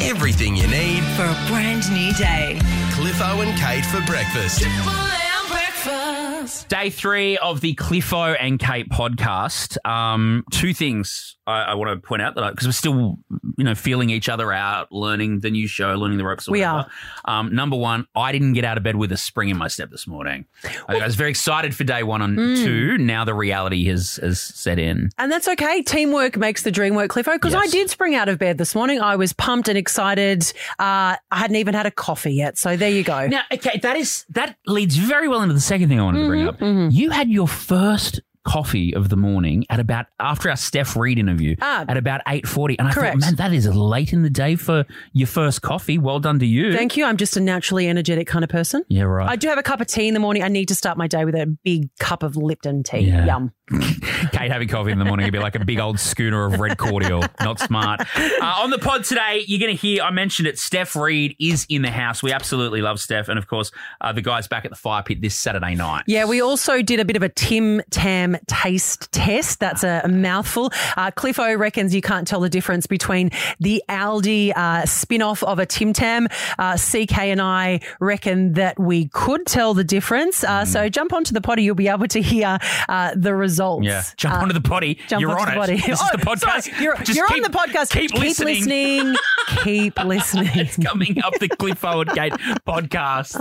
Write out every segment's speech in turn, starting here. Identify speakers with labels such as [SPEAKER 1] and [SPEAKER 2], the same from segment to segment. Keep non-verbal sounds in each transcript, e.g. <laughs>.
[SPEAKER 1] Everything you need.
[SPEAKER 2] for a brand new day.
[SPEAKER 1] Cliffo and Kate for breakfast.
[SPEAKER 3] Day three of the Cliffo and Kate podcast. Um, two things I, I want to point out that because we're still, you know, feeling each other out, learning the new show, learning the ropes. Or
[SPEAKER 4] We
[SPEAKER 3] whatever. Um, number one, I didn't get out of bed with a spring in my step this morning. I, I was very excited for day one and two. Now the reality has has set in.
[SPEAKER 4] And that's okay. Teamwork makes the dream work, Cliffo. Because I
[SPEAKER 3] Yes.
[SPEAKER 4] did spring out of bed this morning. I was pumped and excited. Uh, I hadn't even had a coffee yet. So there you go.
[SPEAKER 3] Now, mm-hmm, okay, that is that leads very well into the second thing I wanted to bring up. You had your first coffee of the morning at about after our Steph Reed interview
[SPEAKER 4] Ah.
[SPEAKER 3] at about eight forty, and I
[SPEAKER 4] Correct.
[SPEAKER 3] thought, man, that is late in the day for your first coffee. Well done to you.
[SPEAKER 4] Thank you. I'm just a naturally energetic kind of person.
[SPEAKER 3] yeah, right.
[SPEAKER 4] I do have a cup of tea in the morning. I need to start my day with a big cup of Lipton tea.
[SPEAKER 3] Yeah.
[SPEAKER 4] Yum.
[SPEAKER 3] <laughs> Kate having coffee in the morning would be like a big old schooner of red cordial. Not smart. Uh, on the pod today, you're going to hear, I mentioned it, Steph Reed is in the house. We absolutely love Steph. And of course, uh, the guy's back at the fire pit this Saturday night.
[SPEAKER 4] Yeah, we also did a bit of a Tim Tam taste test. That's a mouthful. Uh, Cliffo reckons you can't tell the difference between the Aldi uh, spin off of a Tim Tam. Uh, CK and I reckon that we could tell the difference. Uh, So
[SPEAKER 3] Mm.
[SPEAKER 4] jump onto the potty, you'll be able to hear uh, the results.
[SPEAKER 3] Yeah, jump
[SPEAKER 4] Uh,
[SPEAKER 3] onto the potty.
[SPEAKER 4] Jump
[SPEAKER 3] you're
[SPEAKER 4] onto
[SPEAKER 3] on
[SPEAKER 4] the potty.
[SPEAKER 3] it. This is
[SPEAKER 4] <laughs> Oh,
[SPEAKER 3] the podcast.
[SPEAKER 4] sorry. You're,
[SPEAKER 3] Just
[SPEAKER 4] you're
[SPEAKER 3] keep-
[SPEAKER 4] on the podcast.
[SPEAKER 3] Keep, listening. <laughs>
[SPEAKER 4] listening. keep listening.
[SPEAKER 3] It's coming up the Cliff Forward
[SPEAKER 4] <laughs>
[SPEAKER 3] Gate podcast.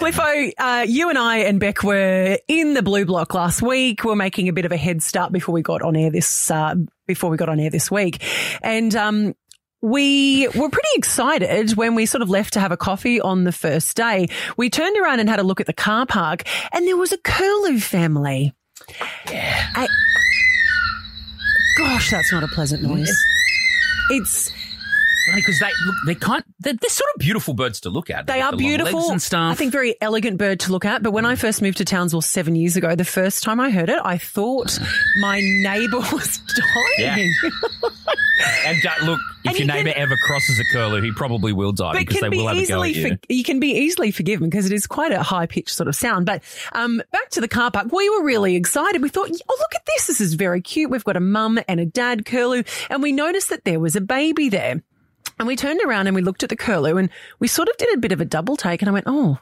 [SPEAKER 4] Cliffo, uh, you and I and Beck were in the blue block last week. We're making a bit of a head start before we got on air this uh, before we got on air this week, and um, we were pretty excited when we sort of left to have a coffee on the first day. We turned around and had a look at the car park, and there was a curlew family. Yeah. gosh, that's not a pleasant noise. It's
[SPEAKER 3] Because they look, they can't. They're, they're sort of beautiful birds to look at.
[SPEAKER 4] They
[SPEAKER 3] They've
[SPEAKER 4] are
[SPEAKER 3] got the long legs
[SPEAKER 4] beautiful.
[SPEAKER 3] and stuff.
[SPEAKER 4] I think very elegant bird to look at. But when I first moved to Townsville seven years ago, the first time I heard it, I thought my neighbour <laughs> was dying.
[SPEAKER 3] And uh, look, if
[SPEAKER 4] And
[SPEAKER 3] your
[SPEAKER 4] you can-
[SPEAKER 3] neighbour ever crosses a curlew, he probably will die
[SPEAKER 4] But
[SPEAKER 3] because
[SPEAKER 4] can
[SPEAKER 3] they
[SPEAKER 4] be
[SPEAKER 3] will have a go at
[SPEAKER 4] easily
[SPEAKER 3] you.
[SPEAKER 4] for, you can be easily forgiven because it is quite a high pitched sort of sound. But um, back to the car park, we were really excited. We thought, oh look at this, this is very cute. We've got a mum and a dad curlew, and we noticed that there was a baby there. And we turned around and we looked at the curlew, and we sort of did a bit of a double take. And I went, oh,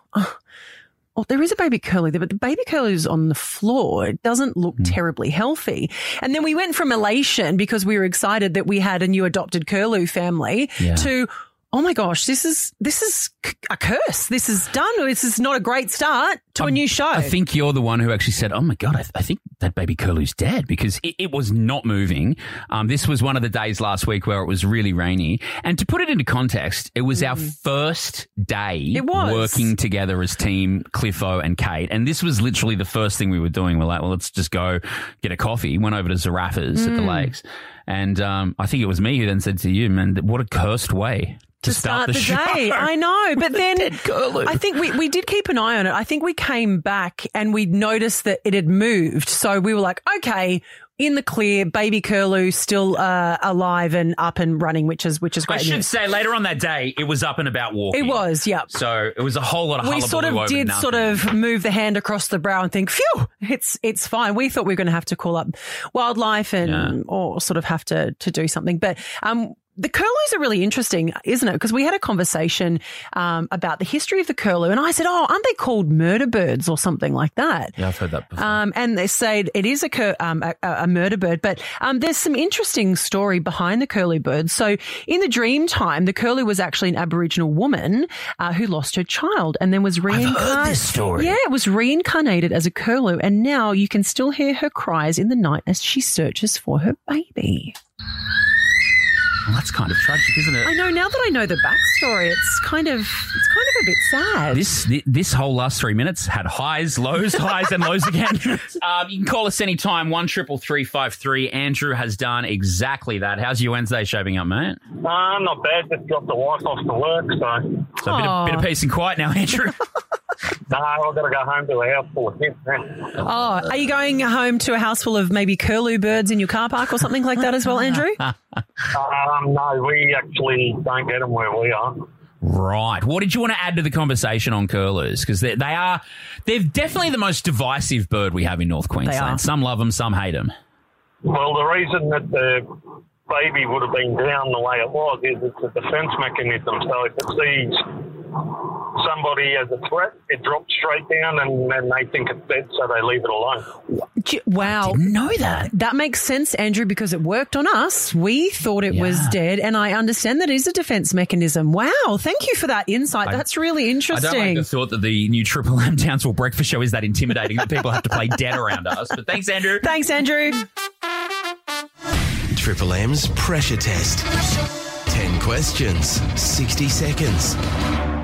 [SPEAKER 4] Well, there is a baby curlew there, but the baby curlew is on the floor. It doesn't look
[SPEAKER 3] Hmm.
[SPEAKER 4] terribly healthy. And then we went from elation because we were excited that we had a new adopted curlew family
[SPEAKER 3] Yeah.
[SPEAKER 4] to, oh my gosh, this is this is c- a curse. This is done. This is not a great start to a new show.
[SPEAKER 3] I think you're the one who actually said, "Oh my god, I, I think that baby curlew's dead," because it, it was not moving. Um, this was one of the days last week where it was really rainy. And to put it into context, it was our first day
[SPEAKER 4] Mm. It was.
[SPEAKER 3] working together as team Cliffo and Kate. And this was literally the first thing we were doing. We're like, "Well, let's just go get a coffee." Went over to Zarafa's
[SPEAKER 4] Mm.
[SPEAKER 3] at the lakes, and um, I think it was me who then said to you, "Man, th- what a cursed way." To,
[SPEAKER 4] to start, the,
[SPEAKER 3] show. <laughs>
[SPEAKER 4] day. I know, <laughs> but then
[SPEAKER 3] curlew.
[SPEAKER 4] I think we, we did keep an eye on it. I think we came back and we noticed that it had moved, so we were like, okay. In the clear, baby curlew still uh, alive and up and running, which is which is
[SPEAKER 3] I
[SPEAKER 4] great.
[SPEAKER 3] should
[SPEAKER 4] news.
[SPEAKER 3] say later on that day, it was up and about walking.
[SPEAKER 4] It was, yeah.
[SPEAKER 3] So it was a whole lot of
[SPEAKER 4] We sort
[SPEAKER 3] hullabaloo
[SPEAKER 4] of
[SPEAKER 3] over
[SPEAKER 4] did
[SPEAKER 3] nothing.
[SPEAKER 4] sort of move the hand across the brow and think, phew, it's it's fine. We thought we were going to have to call up wildlife and
[SPEAKER 3] Yeah.
[SPEAKER 4] or sort of have to to do something, but um. The curlews are really interesting, isn't it? Because we had a conversation um, about the history of the curlew, and I said, "Oh, aren't they called murder birds or something like that?"
[SPEAKER 3] Yeah, I've heard that before.
[SPEAKER 4] Um, and they say it is a, cur- um, a, a murder bird, but um, there's some interesting story behind the curlew bird. So in the dream time, the curlew was actually an Aboriginal woman uh, who lost her child and then was reincarnated.
[SPEAKER 3] this story.
[SPEAKER 4] Yeah, it was reincarnated as a curlew, and now you can still hear her cries in the night as she searches for her baby.
[SPEAKER 3] Well, that's kind of tragic, isn't it?
[SPEAKER 4] I know now that I know the backstory, it's kind of it's kind of a bit sad.
[SPEAKER 3] This thi- this whole last three minutes had highs, lows, highs, and lows again.
[SPEAKER 4] <laughs>
[SPEAKER 3] Um, you can call us anytime one triple three five three. Andrew has done exactly that. How's your Wednesday shaping up, mate?
[SPEAKER 5] Nah, not bad. Just dropped the wife off to work, so
[SPEAKER 3] So a bit of,
[SPEAKER 4] Aw.
[SPEAKER 3] bit of peace and quiet now,
[SPEAKER 4] <laughs>
[SPEAKER 3] Andrew.
[SPEAKER 5] nah, I've got to go home to the house for him.
[SPEAKER 4] oh, are you going home to a house full of maybe curlew birds in your car park or something like that as
[SPEAKER 3] <laughs>
[SPEAKER 4] well, Andrew?
[SPEAKER 5] Um, no, we actually don't get them where we are.
[SPEAKER 3] right. What did you want to add to the conversation on curlews? Because they, they are they're definitely the most divisive bird we have in North Queensland. Some love them, some hate them.
[SPEAKER 5] Well, the reason that the baby would have been down the way it was is it's a defence mechanism. So if it sees somebody as a threat, it drops straight down and then they think it's dead, so they leave it alone.
[SPEAKER 4] J- Wow.
[SPEAKER 3] know that.
[SPEAKER 4] That makes sense, Andrew, because it worked on us. We thought it was
[SPEAKER 3] Yeah.
[SPEAKER 4] dead, and I understand that it is a defense mechanism. Wow. Thank you for that insight.
[SPEAKER 3] I-
[SPEAKER 4] That's really
[SPEAKER 3] I
[SPEAKER 4] interesting.
[SPEAKER 3] don't like the thought that the new Triple M <laughs> Townsville breakfast show is that intimidating that people have to play dead around us. But thanks, Andrew.
[SPEAKER 4] Thanks, Andrew.
[SPEAKER 1] Triple M's pressure test. 10 questions, 60 seconds,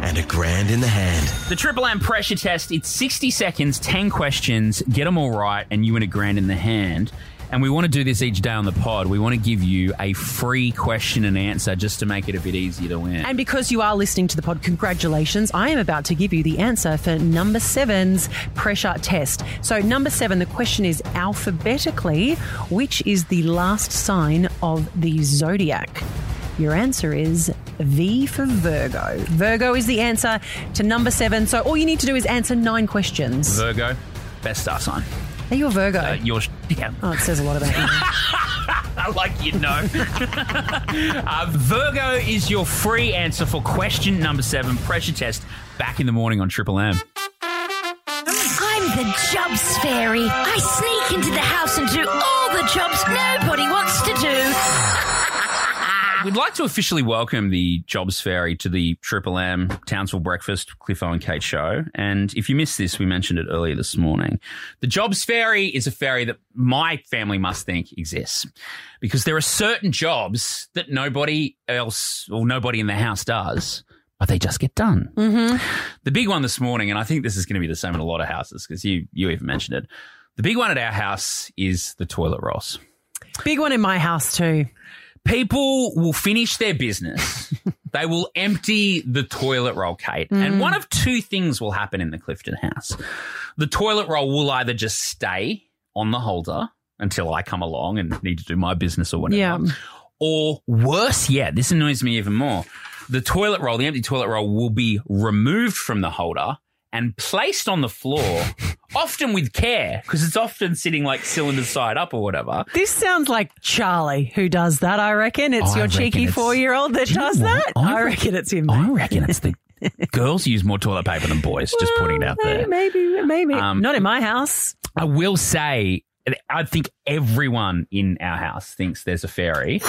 [SPEAKER 1] and a grand in the hand.
[SPEAKER 3] The Triple M pressure test. It's 60 seconds, 10 questions. Get them all right, and you win a grand in the hand. And we want to do this each day on the pod. We want to give you a free question and answer just to make it a bit easier to win.
[SPEAKER 4] And because you are listening to the pod, congratulations. I am about to give you the answer for number seven's pressure test. So, number seven, the question is alphabetically, which is the last sign of the zodiac? Your answer is V for Virgo. Virgo is the answer to number seven. So, all you need to do is answer nine questions.
[SPEAKER 3] Virgo, best star sign.
[SPEAKER 4] Are you a Virgo?
[SPEAKER 3] Uh, your <laughs> yeah,
[SPEAKER 4] oh, it says a lot about you.
[SPEAKER 3] I like you know. <laughs> uh, Virgo is your free answer for question number seven, pressure test. Back in the morning on Triple M.
[SPEAKER 6] I'm the Jobs Fairy. I sneak into the house and do all the jobs nobody wants to do.
[SPEAKER 3] We'd like to officially welcome the Jobs Fairy to the Triple M Townsville Breakfast Cliffo and Kate show. And if you missed this, we mentioned it earlier this morning. The Jobs Fairy is a fairy that my family must think exists because there are certain jobs that nobody else or nobody in the house does, but they just get done. The big one this morning, and I think this is going to be the same in a lot of houses because you you even mentioned it. The big one at our house is the toilet rolls.
[SPEAKER 4] Big one in my house, too.
[SPEAKER 3] People will finish their business. they will empty the toilet roll, Kate, and one of two things will happen in the Clifton house. The toilet roll will either just stay on the holder until I come along and need to do my business or whatever.
[SPEAKER 4] Yeah.
[SPEAKER 3] Or worse yet, this annoys me even more. The toilet roll, the empty toilet roll will be removed from the holder and placed on the floor, often with care, because it's often sitting like cylinder side up or whatever.
[SPEAKER 4] This sounds like Charlie who does that, I reckon. It's
[SPEAKER 3] Oh, I
[SPEAKER 4] your
[SPEAKER 3] reckon
[SPEAKER 4] cheeky
[SPEAKER 3] it's-
[SPEAKER 4] four year old that
[SPEAKER 3] Do you know
[SPEAKER 4] does
[SPEAKER 3] what?
[SPEAKER 4] that. I, reckon it's him.
[SPEAKER 3] I reckon it's the girls use more toilet paper than boys, just putting it out
[SPEAKER 4] Well,
[SPEAKER 3] there.
[SPEAKER 4] Maybe, maybe.
[SPEAKER 3] Um,
[SPEAKER 4] Not in my house.
[SPEAKER 3] I will say, I think everyone in our house thinks there's a fairy,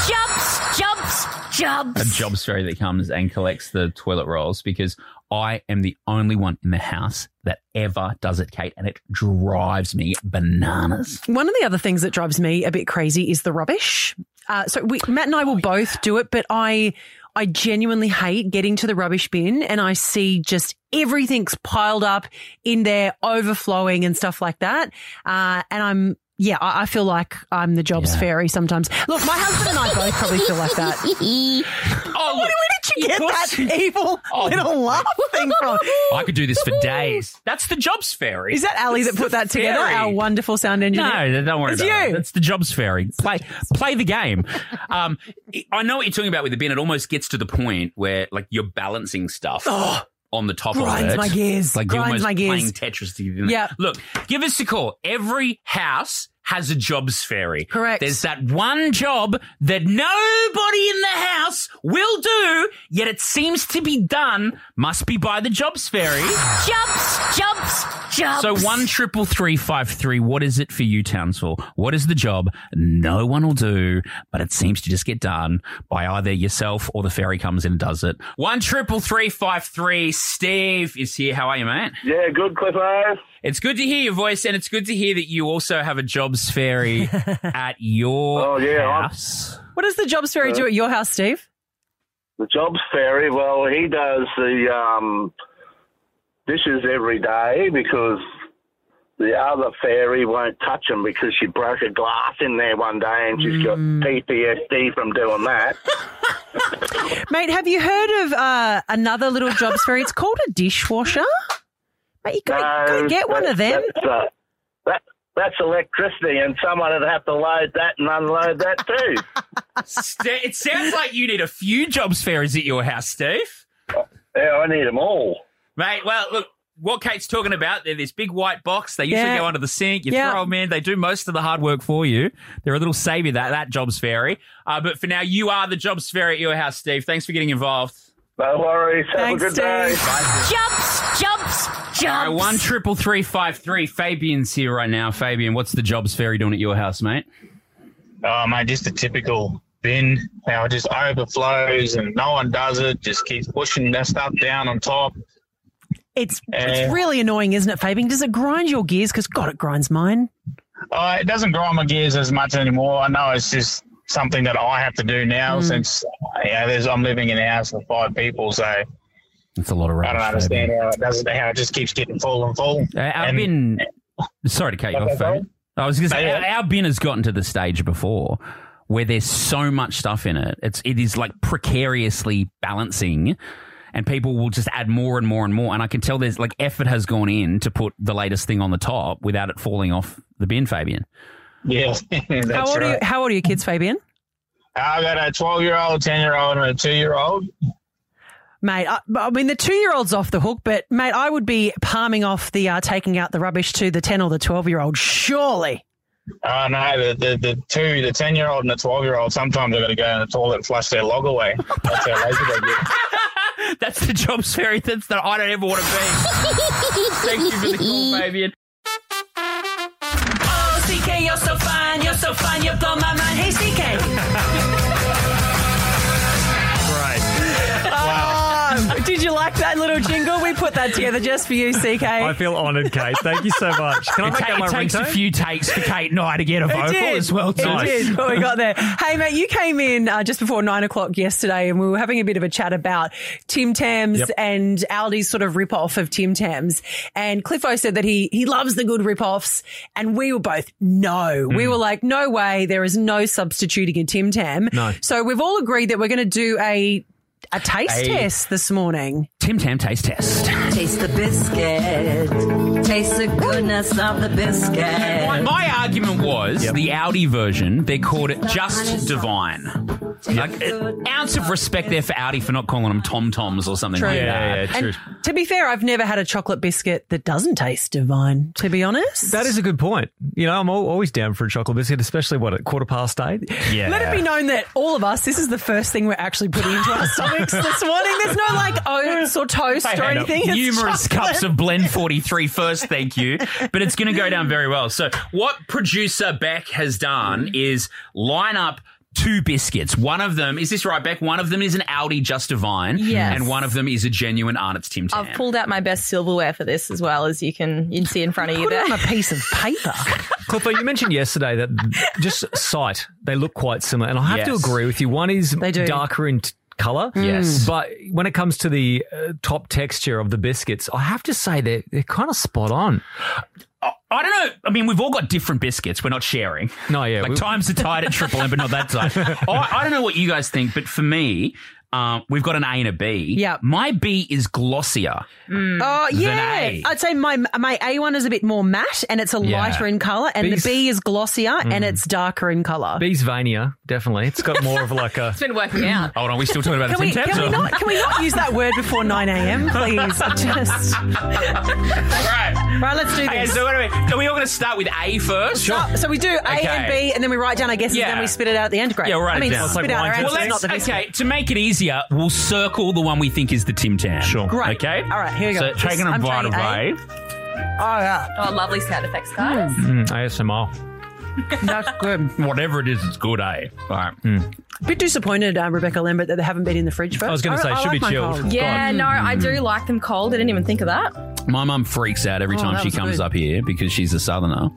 [SPEAKER 6] Jobs, jobs,
[SPEAKER 3] a
[SPEAKER 6] jobs.
[SPEAKER 3] jobs fairy that comes and collects the toilet rolls because I am the only one in the house that ever does it, Kate, and it drives me bananas.
[SPEAKER 4] One of the other things that drives me a bit crazy is the rubbish. Uh, so we, Matt and I will both do it, but I, I genuinely hate getting to the rubbish bin and I see just everything's piled up in there, overflowing and stuff like that. Uh, and I'm, yeah, I, I feel like I'm the jobs
[SPEAKER 3] Yeah.
[SPEAKER 4] fairy sometimes. Look, my husband and I both probably feel like that.
[SPEAKER 3] Oh, look,
[SPEAKER 4] Where did you get that evil
[SPEAKER 3] Oh,
[SPEAKER 4] little laugh thing from?
[SPEAKER 3] I could do this for days. That's the jobs fairy.
[SPEAKER 4] Is that Ali that put that together?
[SPEAKER 3] fairy.
[SPEAKER 4] Our wonderful sound engineer.
[SPEAKER 3] No, don't worry
[SPEAKER 4] It's
[SPEAKER 3] about it.
[SPEAKER 4] you.
[SPEAKER 3] That's the jobs
[SPEAKER 4] <laughs>
[SPEAKER 3] fairy. Play, play the game. Um, I know what you're talking about with the bin. It almost gets to the point where like you're balancing stuff on the top
[SPEAKER 4] Oh, Grinds
[SPEAKER 3] of it.
[SPEAKER 4] my gears.
[SPEAKER 3] Like you're
[SPEAKER 4] Grinds
[SPEAKER 3] almost
[SPEAKER 4] my gears.
[SPEAKER 3] playing Tetris. together.
[SPEAKER 4] Yeah.
[SPEAKER 3] Look, give us a call. Every house has a jobs fairy.
[SPEAKER 4] Correct.
[SPEAKER 3] There's that one job that nobody in the house will do, yet it seems to be done. Must be by the jobs fairy.
[SPEAKER 6] <laughs> Jobs, jobs, jobs.
[SPEAKER 3] So one triple three five three. What is it for you, Townsville? What is the job no one will do, but it seems to just get done by either yourself or the fairy comes in and does it. One triple three five three. Steve is here. How are you, mate?
[SPEAKER 5] Yeah, good, Cliffo.
[SPEAKER 3] It's good to hear your voice, and it's good to hear that you also have a jobs
[SPEAKER 5] <laughs>
[SPEAKER 3] fairy at your
[SPEAKER 5] Oh, yeah, I'm-
[SPEAKER 3] house.
[SPEAKER 4] What does the jobs fairy do at your house, Steve?
[SPEAKER 5] The job's fairy, well, he does the um, dishes every day because the other fairy won't touch them because she broke a glass in there one day and she's got
[SPEAKER 4] Mm.
[SPEAKER 5] PTSD from
[SPEAKER 4] <laughs>
[SPEAKER 5] doing that.
[SPEAKER 4] Mate, have you heard of uh, another little jobs fairy? It's called a dishwasher. Mate, you gotta,
[SPEAKER 5] No,
[SPEAKER 4] gotta get one
[SPEAKER 5] that-
[SPEAKER 4] of them.
[SPEAKER 5] That's, uh, that, that's electricity, and someone would have to load that and unload
[SPEAKER 4] <laughs>
[SPEAKER 5] that too.
[SPEAKER 3] Sta- it sounds like you need a few jobs fairies at your house, Steve.
[SPEAKER 5] yeah, I need them all.
[SPEAKER 3] Mate, well, look, what Kate's talking about, they're this big white box. They usually
[SPEAKER 4] Yeah.
[SPEAKER 3] go under the sink. You
[SPEAKER 4] Yeah.
[SPEAKER 3] throw them in. They do most of the hard work for you. They're a little saviour, that, that job's fairy. Uh, but for now, you are the job's fairy at your house, Steve. Thanks for getting involved.
[SPEAKER 5] No worries. Have
[SPEAKER 4] Thanks,
[SPEAKER 5] a good
[SPEAKER 4] Steve.
[SPEAKER 5] day.
[SPEAKER 6] Jobs, jobs,
[SPEAKER 3] All right,
[SPEAKER 6] jobs. <laughs>
[SPEAKER 3] Uh, one triple three five three. Fabian's here right now. Fabian, what's the jobs fairy doing at your house, mate?
[SPEAKER 7] Oh mate, just the typical bin. How it just overflows and no one does it. Just keeps pushing that stuff down on top.
[SPEAKER 4] It's
[SPEAKER 7] Eh.
[SPEAKER 4] it's really annoying, isn't it, Fabian? Does it grind your gears? Because God, it grinds mine.
[SPEAKER 7] Uh, it doesn't grind my gears as much anymore. I know it's just something that I have to do now
[SPEAKER 4] Mm.
[SPEAKER 7] since you know, there's, I'm living in a house with five people, so I
[SPEAKER 3] That's a lot of
[SPEAKER 7] don't understand how it doesn't how it just keeps getting full and full.
[SPEAKER 3] Uh, our
[SPEAKER 7] And-
[SPEAKER 3] bin. Sorry to cut you
[SPEAKER 7] Okay,
[SPEAKER 3] off,
[SPEAKER 7] go
[SPEAKER 3] Fabian.
[SPEAKER 7] on.
[SPEAKER 3] I was going to say
[SPEAKER 7] Yeah.
[SPEAKER 3] our, our bin has gotten to the stage before where there's so much stuff in it. It's it is like precariously balancing. And people will just add more and more and more. And I can tell there's like effort has gone in to put the latest thing on the top without it falling off the bin, Fabian.
[SPEAKER 7] <laughs>
[SPEAKER 3] <laughs>
[SPEAKER 7] Yeah, <laughs> that's
[SPEAKER 4] how old
[SPEAKER 7] right.
[SPEAKER 4] are you? How old are your kids, Fabian?
[SPEAKER 7] I got a 12 year old, 10 year old, and a two year old.
[SPEAKER 4] Mate, I, I mean, the two year old's off the hook, but mate, I would be palming off the uh, taking out the rubbish to the 10 or the 12 year old, surely.
[SPEAKER 7] Oh no, the, the, the two, the 10 year old and the 12 year old, sometimes they got to go in the toilet and flush their log away. That's how lazy
[SPEAKER 8] <laughs>
[SPEAKER 7] they get.
[SPEAKER 3] That's the jobs fairy. That's the I don't ever want to be. Thank you for the call,
[SPEAKER 4] <laughs>
[SPEAKER 3] Fabian.
[SPEAKER 2] Oh, CK, you're so fine, you're so fine, you blow my mind. Hey, CK.
[SPEAKER 4] Oh, did you like that little jingle? We put that together just for you, CK.
[SPEAKER 8] I feel honoured, Kate. Thank you so much. Can I
[SPEAKER 3] It,
[SPEAKER 8] make
[SPEAKER 3] ta-
[SPEAKER 8] that
[SPEAKER 3] it
[SPEAKER 8] my
[SPEAKER 3] takes a
[SPEAKER 8] ringtone?
[SPEAKER 3] few takes for Kate and I to get a vocal as well.
[SPEAKER 4] It
[SPEAKER 3] too.
[SPEAKER 4] did. What we got
[SPEAKER 8] <laughs>
[SPEAKER 4] there. Hey, mate, you came in uh, just before nine o'clock yesterday, and we were having a bit of a chat about Tim Tams
[SPEAKER 8] Yep.
[SPEAKER 4] and Aldi's sort of rip off of Tim Tams. And Cliffo said that he he loves the good rip offs, and we were both no.
[SPEAKER 8] Mm.
[SPEAKER 4] We were like, no way, there is no substituting a Tim Tam.
[SPEAKER 8] No.
[SPEAKER 4] So we've all agreed that we're going to do a a taste
[SPEAKER 3] A-
[SPEAKER 4] test this morning.
[SPEAKER 3] Tim Tam taste test.
[SPEAKER 9] Taste the biscuit. Taste the goodness of the biscuit.
[SPEAKER 3] My, <laughs> my argument was the Audi version, they called it just divine. Like an ounce of respect there for Audi for not calling them Tom Toms or something
[SPEAKER 4] True.
[SPEAKER 3] like that.
[SPEAKER 8] Yeah, yeah, true.
[SPEAKER 4] And to be fair, I've never had a chocolate biscuit that doesn't taste divine. To be honest,
[SPEAKER 8] That is a good point. You know, I'm al- always down for a chocolate biscuit, especially what at quarter past eight.
[SPEAKER 3] Yeah.
[SPEAKER 4] Let it be known that all of us, this is the first thing we're actually putting into our stomachs this morning. There's no like oats or toast or
[SPEAKER 3] Had
[SPEAKER 4] anything. It's
[SPEAKER 3] Numerous
[SPEAKER 4] chocolate.
[SPEAKER 3] cups of Blend 43 first, thank you. But it's going to go down very well. So, what producer Beck has done is line up two biscuits. One of them, is this right, Beck? One of them is an Audi Just Divine.
[SPEAKER 10] Yes.
[SPEAKER 3] And one of them is a genuine Arnott's Tim Tam.
[SPEAKER 10] I've pulled out my best silverware for this as well as you can you can see in front of you
[SPEAKER 4] Put it
[SPEAKER 10] there.
[SPEAKER 4] on a piece of
[SPEAKER 8] <laughs>
[SPEAKER 4] paper.
[SPEAKER 8] Clifford, you mentioned yesterday that just sight, they look quite similar. And I have to
[SPEAKER 3] Yes. Mm.
[SPEAKER 8] agree with you. One is
[SPEAKER 4] do.
[SPEAKER 8] darker in t- colour.
[SPEAKER 3] Yes.
[SPEAKER 8] But when it comes to the uh, top texture of the biscuits, I have to say they're, they're kind of spot on.
[SPEAKER 3] I don't know. I mean, we've all got different biscuits. We're not sharing.
[SPEAKER 8] No, yeah.
[SPEAKER 3] like
[SPEAKER 8] we-
[SPEAKER 3] times are tight at Triple M, but not that <laughs> tight. I, I don't know what you guys think, but for me, um, we've got an A and a B.
[SPEAKER 4] Yep.
[SPEAKER 3] my B is glossier.
[SPEAKER 4] Oh yeah,
[SPEAKER 3] A.
[SPEAKER 4] I'd say my my A one is a bit more matte and it's a
[SPEAKER 3] Yeah.
[SPEAKER 4] lighter in color, and
[SPEAKER 8] Bees-
[SPEAKER 4] the B is glossier
[SPEAKER 8] Mm.
[SPEAKER 4] and it's darker in color.
[SPEAKER 8] Bees Vania, definitely. It's got more of like a.
[SPEAKER 10] It's been working out.
[SPEAKER 3] Hold on, we still talking about
[SPEAKER 4] Can we,
[SPEAKER 3] the Tim
[SPEAKER 4] can we
[SPEAKER 3] Tams?
[SPEAKER 4] not can we not use that word before nine a.m.
[SPEAKER 8] <laughs>
[SPEAKER 4] Please, just
[SPEAKER 3] All right.
[SPEAKER 4] right. Let's do
[SPEAKER 3] Okay,
[SPEAKER 4] this.
[SPEAKER 3] so what are we? Are we all going to start with A first?
[SPEAKER 4] Oh, so we do A and
[SPEAKER 3] Okay.
[SPEAKER 4] B, and then we write down our guesses,
[SPEAKER 3] Yeah.
[SPEAKER 4] and then we spit it out at the end. Great.
[SPEAKER 3] Yeah, we'll write
[SPEAKER 4] I
[SPEAKER 3] it
[SPEAKER 4] mean,
[SPEAKER 3] down. It's
[SPEAKER 4] spit
[SPEAKER 8] like
[SPEAKER 4] out our
[SPEAKER 8] wine
[SPEAKER 3] Well,
[SPEAKER 4] answers,
[SPEAKER 3] let's,
[SPEAKER 4] not the biscuit.
[SPEAKER 3] okay, to make it easier, we'll circle the one we think is the Tim Tam. Sure.
[SPEAKER 4] Great.
[SPEAKER 3] Okay?
[SPEAKER 4] All right, here we go.
[SPEAKER 3] So, taking a
[SPEAKER 4] I'm
[SPEAKER 3] bite of
[SPEAKER 4] trying
[SPEAKER 3] A.
[SPEAKER 4] Oh yeah.
[SPEAKER 10] Oh, lovely sound effects, guys.
[SPEAKER 8] Mm, ASMR.
[SPEAKER 4] That's good.
[SPEAKER 3] <laughs> Whatever it is, it's good A. All right.
[SPEAKER 4] Bit disappointed, uh, Rebecca Lambert, that they haven't been in the fridge first.
[SPEAKER 8] I was going to say, should
[SPEAKER 4] like
[SPEAKER 8] be
[SPEAKER 4] my
[SPEAKER 8] chilled.
[SPEAKER 4] cold.
[SPEAKER 10] Yeah, no, I do like them cold. I didn't even think of that.
[SPEAKER 3] My mum freaks out every
[SPEAKER 4] Oh,
[SPEAKER 3] time
[SPEAKER 4] that
[SPEAKER 3] she
[SPEAKER 4] was
[SPEAKER 3] comes
[SPEAKER 4] good.
[SPEAKER 3] up here because she's a southerner.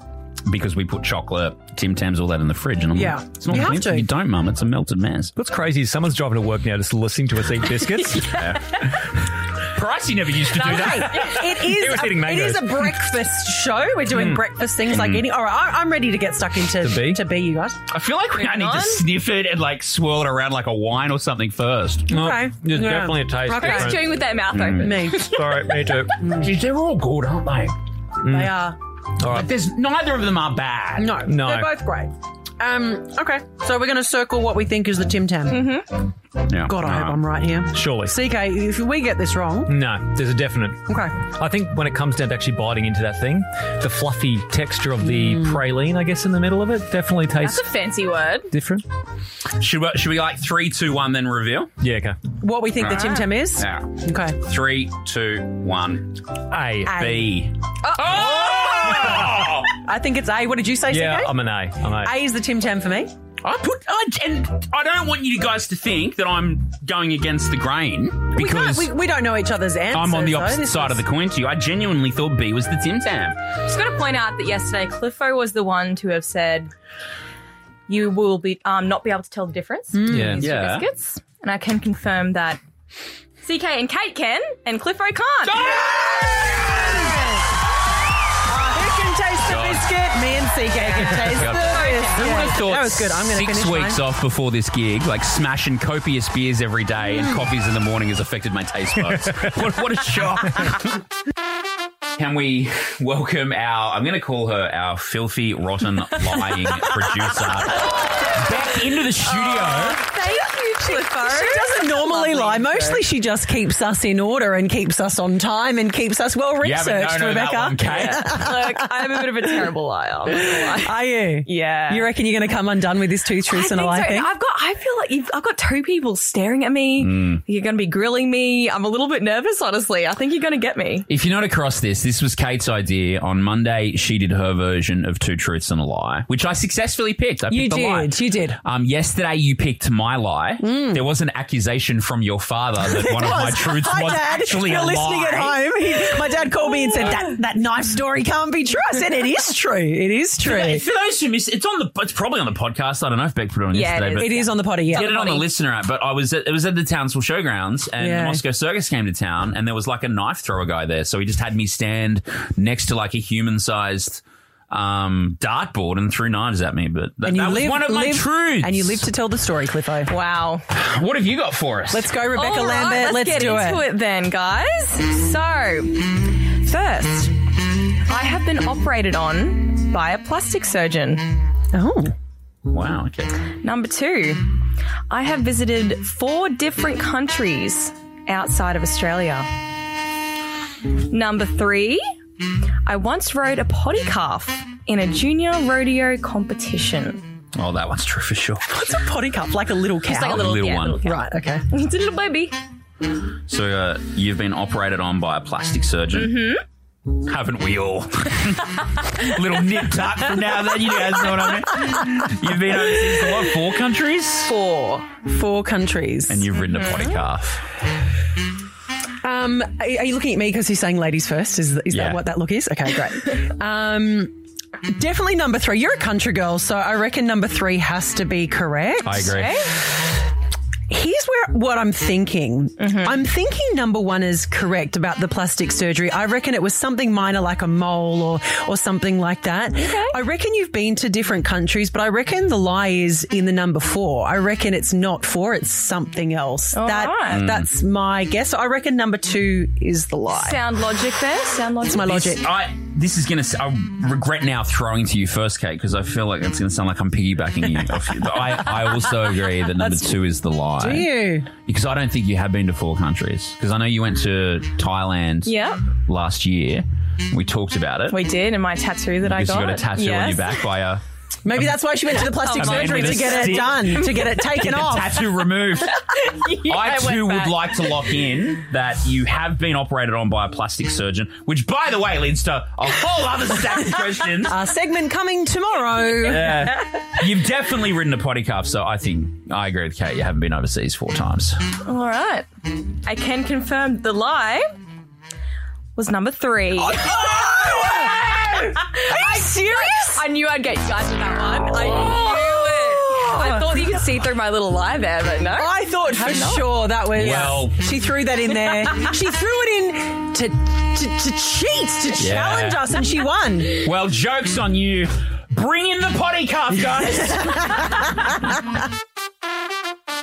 [SPEAKER 3] Because we put chocolate, Tim Tams, all that in the fridge, and I'm
[SPEAKER 4] Yeah.
[SPEAKER 3] like, it's not
[SPEAKER 4] You have
[SPEAKER 3] mint.
[SPEAKER 4] to.
[SPEAKER 3] You don't, mum. It's a melted mass.
[SPEAKER 8] What's crazy is someone's driving to work now just listening to us eat
[SPEAKER 3] <laughs>
[SPEAKER 8] biscuits.
[SPEAKER 3] Pricey never used to do that.
[SPEAKER 4] Hey,
[SPEAKER 8] <laughs>
[SPEAKER 4] it is.
[SPEAKER 8] He was
[SPEAKER 4] a,
[SPEAKER 8] eating
[SPEAKER 4] it
[SPEAKER 8] mangoes. Hmm.
[SPEAKER 4] is a breakfast show. We're doing breakfast things like eating. All right, I- I'm ready to get stuck into
[SPEAKER 8] To B?
[SPEAKER 4] to B, you guys.
[SPEAKER 3] I feel like we I need to
[SPEAKER 10] on.
[SPEAKER 3] sniff it and like swirl it around like a wine or something <laughs> first.
[SPEAKER 8] No,
[SPEAKER 4] Okay.
[SPEAKER 8] There's
[SPEAKER 4] Yeah.
[SPEAKER 8] definitely a taste
[SPEAKER 4] Okay.
[SPEAKER 10] Who's
[SPEAKER 8] difference.
[SPEAKER 10] doing with their mouth
[SPEAKER 3] Hmm.
[SPEAKER 10] open?
[SPEAKER 4] <laughs> Me,
[SPEAKER 8] Sorry, me too.
[SPEAKER 4] Mm.
[SPEAKER 3] Geez, they're all good, aren't they?
[SPEAKER 8] Hmm.
[SPEAKER 4] they are.
[SPEAKER 8] All right.
[SPEAKER 3] There's neither of them are bad.
[SPEAKER 4] No,
[SPEAKER 8] No.
[SPEAKER 4] they're both great. Um, okay, so we're going to circle what we think is the Tim Tam. Mm-hmm.
[SPEAKER 3] Yeah.
[SPEAKER 4] God, I hope
[SPEAKER 3] Nah.
[SPEAKER 4] I'm right here.
[SPEAKER 8] Surely.
[SPEAKER 4] CK, if we get this wrong,
[SPEAKER 8] No, there's a definite.
[SPEAKER 4] okay.
[SPEAKER 8] I think when it comes down to actually biting into that thing, the fluffy texture of the praline, I guess, in the middle of it definitely tastes
[SPEAKER 10] Hmm. That's a fancy word.
[SPEAKER 8] different.
[SPEAKER 3] Should we, should we like three, two, one, then reveal?
[SPEAKER 8] Yeah, okay.
[SPEAKER 4] What we think the Tim Tam is?
[SPEAKER 3] Yeah.
[SPEAKER 4] Okay.
[SPEAKER 3] Three, two, one.
[SPEAKER 8] A.
[SPEAKER 3] B. Oh!
[SPEAKER 4] I think it's A. What did you say,
[SPEAKER 8] Yeah,
[SPEAKER 4] CK?
[SPEAKER 8] I'm an A. I'm a.
[SPEAKER 4] A is the Tim Tam for me.
[SPEAKER 3] I put, I, and I don't want you guys to think that I'm going against the grain
[SPEAKER 4] We, can't,
[SPEAKER 3] because
[SPEAKER 4] we, we don't know each other's answers.
[SPEAKER 3] I'm on the
[SPEAKER 4] though.
[SPEAKER 3] opposite
[SPEAKER 4] This
[SPEAKER 3] side of
[SPEAKER 4] is-
[SPEAKER 3] the coin to you. I genuinely thought B was the Tim Tam.
[SPEAKER 10] Just got to point out that yesterday Cliffo was the one to have said, "You will be um, not be able to tell the difference." between
[SPEAKER 8] Yeah.
[SPEAKER 10] these two
[SPEAKER 3] Yeah.
[SPEAKER 10] biscuits, and I can confirm that CK and Kate can, and Cliffo can't.
[SPEAKER 4] Who can taste the biscuit? Me and
[SPEAKER 3] <laughs>
[SPEAKER 4] CK can taste the biscuit.
[SPEAKER 3] Who would have thought
[SPEAKER 4] That was good. I'm going to
[SPEAKER 3] six
[SPEAKER 4] finish
[SPEAKER 3] weeks
[SPEAKER 4] mine.
[SPEAKER 3] off before this gig, like smashing copious beers every day
[SPEAKER 4] Mm.
[SPEAKER 3] and coffees in the morning has affected my taste
[SPEAKER 4] <laughs>
[SPEAKER 3] buds? what, what a shock. Can we welcome our, I'm going to call her our filthy, rotten,
[SPEAKER 4] <laughs>
[SPEAKER 3] lying producer back into the
[SPEAKER 4] Oh.
[SPEAKER 3] studio.
[SPEAKER 10] Thank you, Cliffo.
[SPEAKER 4] She doesn't normally lie. Mostly she just keeps us in order and keeps us on time and keeps us well
[SPEAKER 3] You haven't
[SPEAKER 4] researched,
[SPEAKER 3] known her that
[SPEAKER 4] Rebecca.
[SPEAKER 3] long, Kate.
[SPEAKER 10] Look, I'm a bit of a terrible liar. I'm not gonna lie.
[SPEAKER 4] Are you?
[SPEAKER 10] Yeah.
[SPEAKER 4] You reckon you're going to come undone with this two
[SPEAKER 10] I
[SPEAKER 4] truths and a
[SPEAKER 10] think
[SPEAKER 4] lie
[SPEAKER 10] so.
[SPEAKER 4] thing?
[SPEAKER 10] I've got. I feel like you've, I've got two people staring at me. You're going to be grilling me. I'm a little bit nervous, honestly. I think you're going to get me.
[SPEAKER 3] If you're not across this, this was Kate's idea. On Monday, she did her version of Two Truths and a Lie, which I successfully picked. I
[SPEAKER 4] You
[SPEAKER 3] picked a lie.
[SPEAKER 4] did. You did.
[SPEAKER 3] Um, yesterday, you picked my lie.
[SPEAKER 4] Hmm.
[SPEAKER 3] There was an accusation from your father
[SPEAKER 4] <laughs>
[SPEAKER 3] that one of my truths
[SPEAKER 4] Hi,
[SPEAKER 3] was
[SPEAKER 4] Dad.
[SPEAKER 3] actually
[SPEAKER 4] You're
[SPEAKER 3] a
[SPEAKER 4] listening
[SPEAKER 3] lie.
[SPEAKER 4] at home. He- my dad called me and said that that knife story can't be true. I said it is true. It is true.
[SPEAKER 3] For those who miss, it's on the. It's probably on the podcast. I don't know if Beck put it on
[SPEAKER 10] Yeah, it
[SPEAKER 3] yesterday,
[SPEAKER 10] is.
[SPEAKER 3] but
[SPEAKER 4] It is on the potty. Yeah.
[SPEAKER 3] Get it on the listener app. But I was at, it was at the Townsville Showgrounds, and
[SPEAKER 4] Yeah.
[SPEAKER 3] the Moscow Circus came to town, and there was like a knife thrower guy there. So he just had me stand next to like a human sized um, dartboard and threw knives at me. But that,
[SPEAKER 4] And you
[SPEAKER 3] that
[SPEAKER 4] live,
[SPEAKER 3] was one of my
[SPEAKER 4] live-
[SPEAKER 3] truths.
[SPEAKER 4] And you live to tell the story, Cliffo.
[SPEAKER 10] Wow.
[SPEAKER 3] What have you got for us?
[SPEAKER 4] Let's go, Rebecca
[SPEAKER 10] All right,
[SPEAKER 4] Lambert. Let's,
[SPEAKER 10] get
[SPEAKER 4] do
[SPEAKER 10] into
[SPEAKER 4] it.
[SPEAKER 10] it. then, guys. So, first, I have been operated on by a plastic surgeon.
[SPEAKER 4] Oh.
[SPEAKER 3] Wow. Okay.
[SPEAKER 10] Number two, I have visited four different countries outside of Australia. Number three, I once rode a potty calf in a junior rodeo competition.
[SPEAKER 3] Oh, that one's true for sure.
[SPEAKER 4] It's a potty cup, like a little cow.
[SPEAKER 10] like a little- yeah,
[SPEAKER 3] one.
[SPEAKER 10] little
[SPEAKER 4] right, okay.
[SPEAKER 10] <laughs> It's a little baby.
[SPEAKER 3] So uh, you've been operated on by a plastic surgeon. Haven't we all? <laughs> Little nip tuck from now then, you guys know what I mean. You've been overseas to what, four countries?
[SPEAKER 4] Four. Four countries.
[SPEAKER 3] And you've ridden a potty calf.
[SPEAKER 4] Um, are, are you looking at me because he's saying ladies first? Is, is
[SPEAKER 3] Yeah.
[SPEAKER 4] that what that look is? Okay, great. um, definitely number three. You're a country girl, so I reckon number three has to be correct.
[SPEAKER 3] I agree.
[SPEAKER 4] Here's where what I'm
[SPEAKER 10] Mm-hmm.
[SPEAKER 4] thinking. I'm thinking number one is correct about the plastic surgery. I reckon it was something minor like a mole or or something like that. I reckon you've been to different countries, but I reckon the lie is in the number four. I reckon it's not four; it's something else. that
[SPEAKER 10] right. Mm.
[SPEAKER 4] that's my guess. I reckon number two is the lie.
[SPEAKER 10] Sound logic there? Sound logic.
[SPEAKER 4] That's my logic.
[SPEAKER 3] I, this is going to, I regret now throwing to you first, Kate, because I feel like it's going to sound like I'm piggybacking you. off you. But I, I also agree that number two is the lie.
[SPEAKER 4] Do you?
[SPEAKER 3] Because I don't think you have been to four countries. Because I know you went to Thailand
[SPEAKER 10] Yeah.
[SPEAKER 3] last year. We talked about it.
[SPEAKER 10] We did, and my tattoo that I
[SPEAKER 3] because
[SPEAKER 10] got.
[SPEAKER 3] you got a tattoo on
[SPEAKER 10] Yes.
[SPEAKER 3] your back by a
[SPEAKER 4] Maybe that's why she went to the plastic
[SPEAKER 3] A man
[SPEAKER 4] surgery
[SPEAKER 3] with
[SPEAKER 4] to
[SPEAKER 3] a
[SPEAKER 4] get it
[SPEAKER 3] stick.
[SPEAKER 4] done, to
[SPEAKER 10] <laughs>
[SPEAKER 4] get it taken off.
[SPEAKER 3] tattoo removed. I
[SPEAKER 10] went
[SPEAKER 3] too would
[SPEAKER 10] back.
[SPEAKER 3] like to lock in that you have been operated on by a plastic surgeon, which, by the way, leads to a whole other stack of questions.
[SPEAKER 4] Our Uh, segment coming tomorrow.
[SPEAKER 3] You've definitely ridden a potty calf, so I think I agree with Kate. You haven't been overseas four times.
[SPEAKER 10] All right. I can confirm the lie was number three. Are you serious? I knew I'd get judged on that one. I knew it. I thought you could see through my little lie there, but no.
[SPEAKER 4] I thought for sure that was.
[SPEAKER 3] Well-
[SPEAKER 4] she threw that in there. <laughs> she threw it in to to, to cheat, to
[SPEAKER 3] Yeah.
[SPEAKER 4] challenge us, and she won.
[SPEAKER 3] Well, joke's on you. Bring in the potty calf, guys.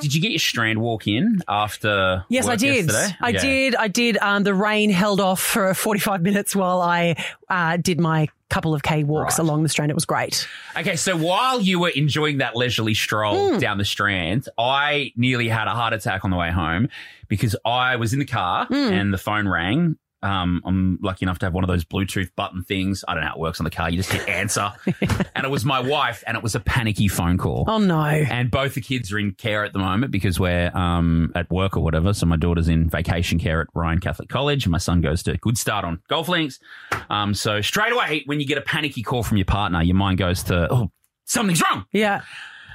[SPEAKER 3] did you get your strand walk in after?
[SPEAKER 4] Yes, I
[SPEAKER 3] work
[SPEAKER 4] did.
[SPEAKER 3] yesterday?
[SPEAKER 4] I
[SPEAKER 3] Yeah.
[SPEAKER 4] did. I did. Um, the rain held off for 45 minutes while I uh, did my couple of K walks along the Strand. It was great.
[SPEAKER 3] Okay, so while you were enjoying that leisurely stroll down the strand, I nearly had a heart attack on the way home because I was in the car and the phone rang. Um, I'm lucky enough to have one of those Bluetooth button things. I don't know how it works on the car. You just hit answer. and it was my wife, and it was a panicky phone call.
[SPEAKER 4] Oh, no.
[SPEAKER 3] And both the kids are in care at the moment because we're um, at work or whatever. So my daughter's in vacation care at Ryan Catholic College, and my son goes to Good Start on Golf Links. Um, so straight away, when you get a panicky call from your partner, your mind goes to, "Oh, something's wrong."
[SPEAKER 4] Yeah.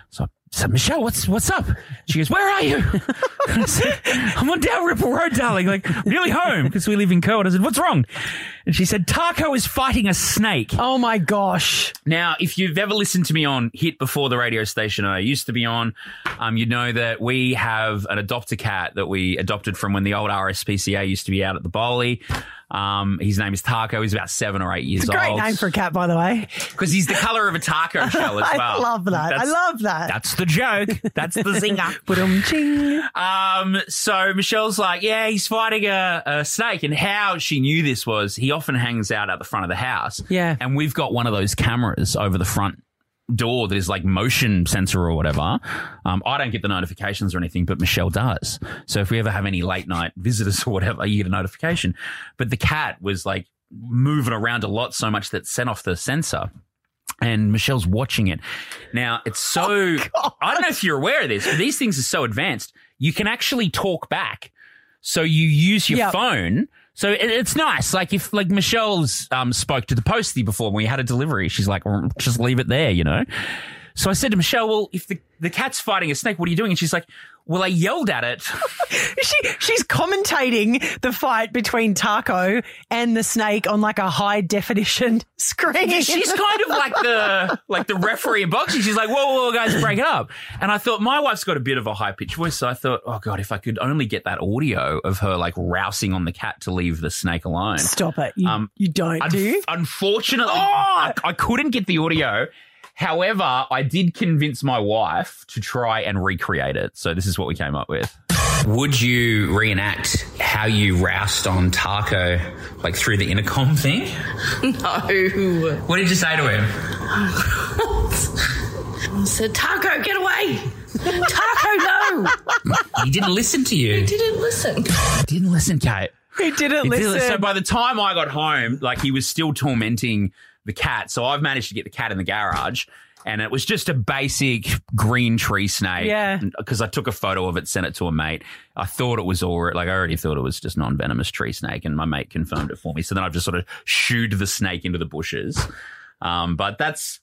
[SPEAKER 3] So, so Michelle, what's what's up? She goes, "Where are you?" <laughs> I said, I'm on down Ripple Road, darling. Like really home because we live in Curl. I said, "What's wrong?" And she said, "Tarko is fighting a snake."
[SPEAKER 4] Oh, my gosh.
[SPEAKER 3] Now, if you've ever listened to me on Hit before the radio station I used to be on, um, you know that we have an adopt a cat that we adopted from when the old RSPCA used to be out at the Bowley. Um, his name is Taco. He's about seven or eight years
[SPEAKER 4] It's a great
[SPEAKER 3] old.
[SPEAKER 4] name for a cat, by the way.
[SPEAKER 3] because he's the color of a
[SPEAKER 4] <laughs>
[SPEAKER 3] taco shell as
[SPEAKER 4] I
[SPEAKER 3] well.
[SPEAKER 4] love that. I
[SPEAKER 3] That's-
[SPEAKER 4] love that.
[SPEAKER 3] That's the joke. That's
[SPEAKER 4] <laughs>
[SPEAKER 3] the zinger.
[SPEAKER 4] Ba-dum-ching.
[SPEAKER 3] Um, so Michelle's like, yeah, he's fighting a, a snake. And how she knew this was he often hangs out at the front of the house.
[SPEAKER 4] Yeah.
[SPEAKER 3] And we've got one of those cameras over the front door that is like motion sensor or whatever. Um, I don't get the notifications or anything, but Michelle does. So if we ever have any late night <laughs> visitors or whatever, you get a notification. But the cat was like moving around a lot so much that it sent off the sensor and Michelle's watching it. Now, it's so I don't know if you're aware of this, but these things are so advanced. You can actually talk back. So you use your
[SPEAKER 4] Yep.
[SPEAKER 3] phone. So it, it's nice. Like if like Michelle's um, spoke to the postie before when we had a delivery, she's like, "Mm, just leave it there, you know. So I said to Michelle, well, if the, the cat's fighting a snake, what are you doing? And she's like, well, I yelled at it. <laughs>
[SPEAKER 4] she she's commentating the fight between Taco and the snake on like a high definition <laughs> screen. <laughs>
[SPEAKER 3] she's kind of like the like the referee in boxing. She's like, whoa, whoa, whoa, guys, break it up. And I thought my wife's got a bit of a high pitched voice, so I thought, oh god, if I could only get that audio of her like rousing on the cat to leave the snake alone.
[SPEAKER 4] Stop it! You,
[SPEAKER 3] Um,
[SPEAKER 4] you don't
[SPEAKER 3] Unf-
[SPEAKER 4] do.
[SPEAKER 3] Unfortunately, I, I couldn't get the audio. However, I did convince my wife to try and recreate it. So this is what we came up with. Would you reenact how you roused on Taco, like through the intercom
[SPEAKER 4] <laughs>
[SPEAKER 3] thing?
[SPEAKER 11] No.
[SPEAKER 3] What did you say to him?
[SPEAKER 11] I said, Taco, get away. Taco, no.
[SPEAKER 3] He didn't listen to you.
[SPEAKER 11] Didn't listen.
[SPEAKER 3] didn't listen, Kate.
[SPEAKER 4] <laughs> He didn't
[SPEAKER 3] He
[SPEAKER 4] listen.
[SPEAKER 3] didn't- So by the time I got home, like he was still tormenting the cat. So I've managed to get the cat in the garage. And it was just a basic green tree snake.
[SPEAKER 4] Yeah.
[SPEAKER 3] Because I took a photo of it, sent it to a mate. I thought it was all right. Like, I already thought it was just non venomous tree snake. And my mate confirmed it for me. So then I've just sort of shooed the snake into the bushes. Um, but that's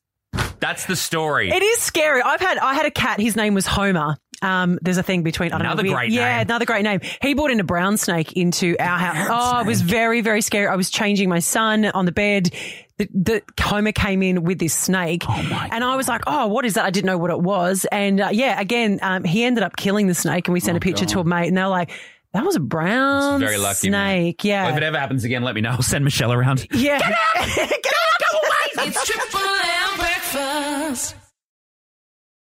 [SPEAKER 3] that's the story.
[SPEAKER 4] It is scary. I've had I had a cat. His name was Homer. Um, there's a thing between I don't
[SPEAKER 3] Another
[SPEAKER 4] know. we-
[SPEAKER 3] great
[SPEAKER 4] yeah,
[SPEAKER 3] name.
[SPEAKER 4] another great name. He brought in a brown snake into our house. Oh, it was very very scary. I was changing my son on the bed. The, the Homer came in with this snake, and I was like, "Oh, what is that?" I didn't know what it was, and uh, yeah, again, um, he ended up killing the snake, and we sent a picture to a mate, and they're like, "That was a brown
[SPEAKER 3] Oh very lucky, man.
[SPEAKER 4] snake."
[SPEAKER 3] Well, if
[SPEAKER 4] Yeah,
[SPEAKER 3] it ever happens again, let me know. I'll send Michelle around.
[SPEAKER 4] yeah. Get out!
[SPEAKER 11] It's triple M breakfast.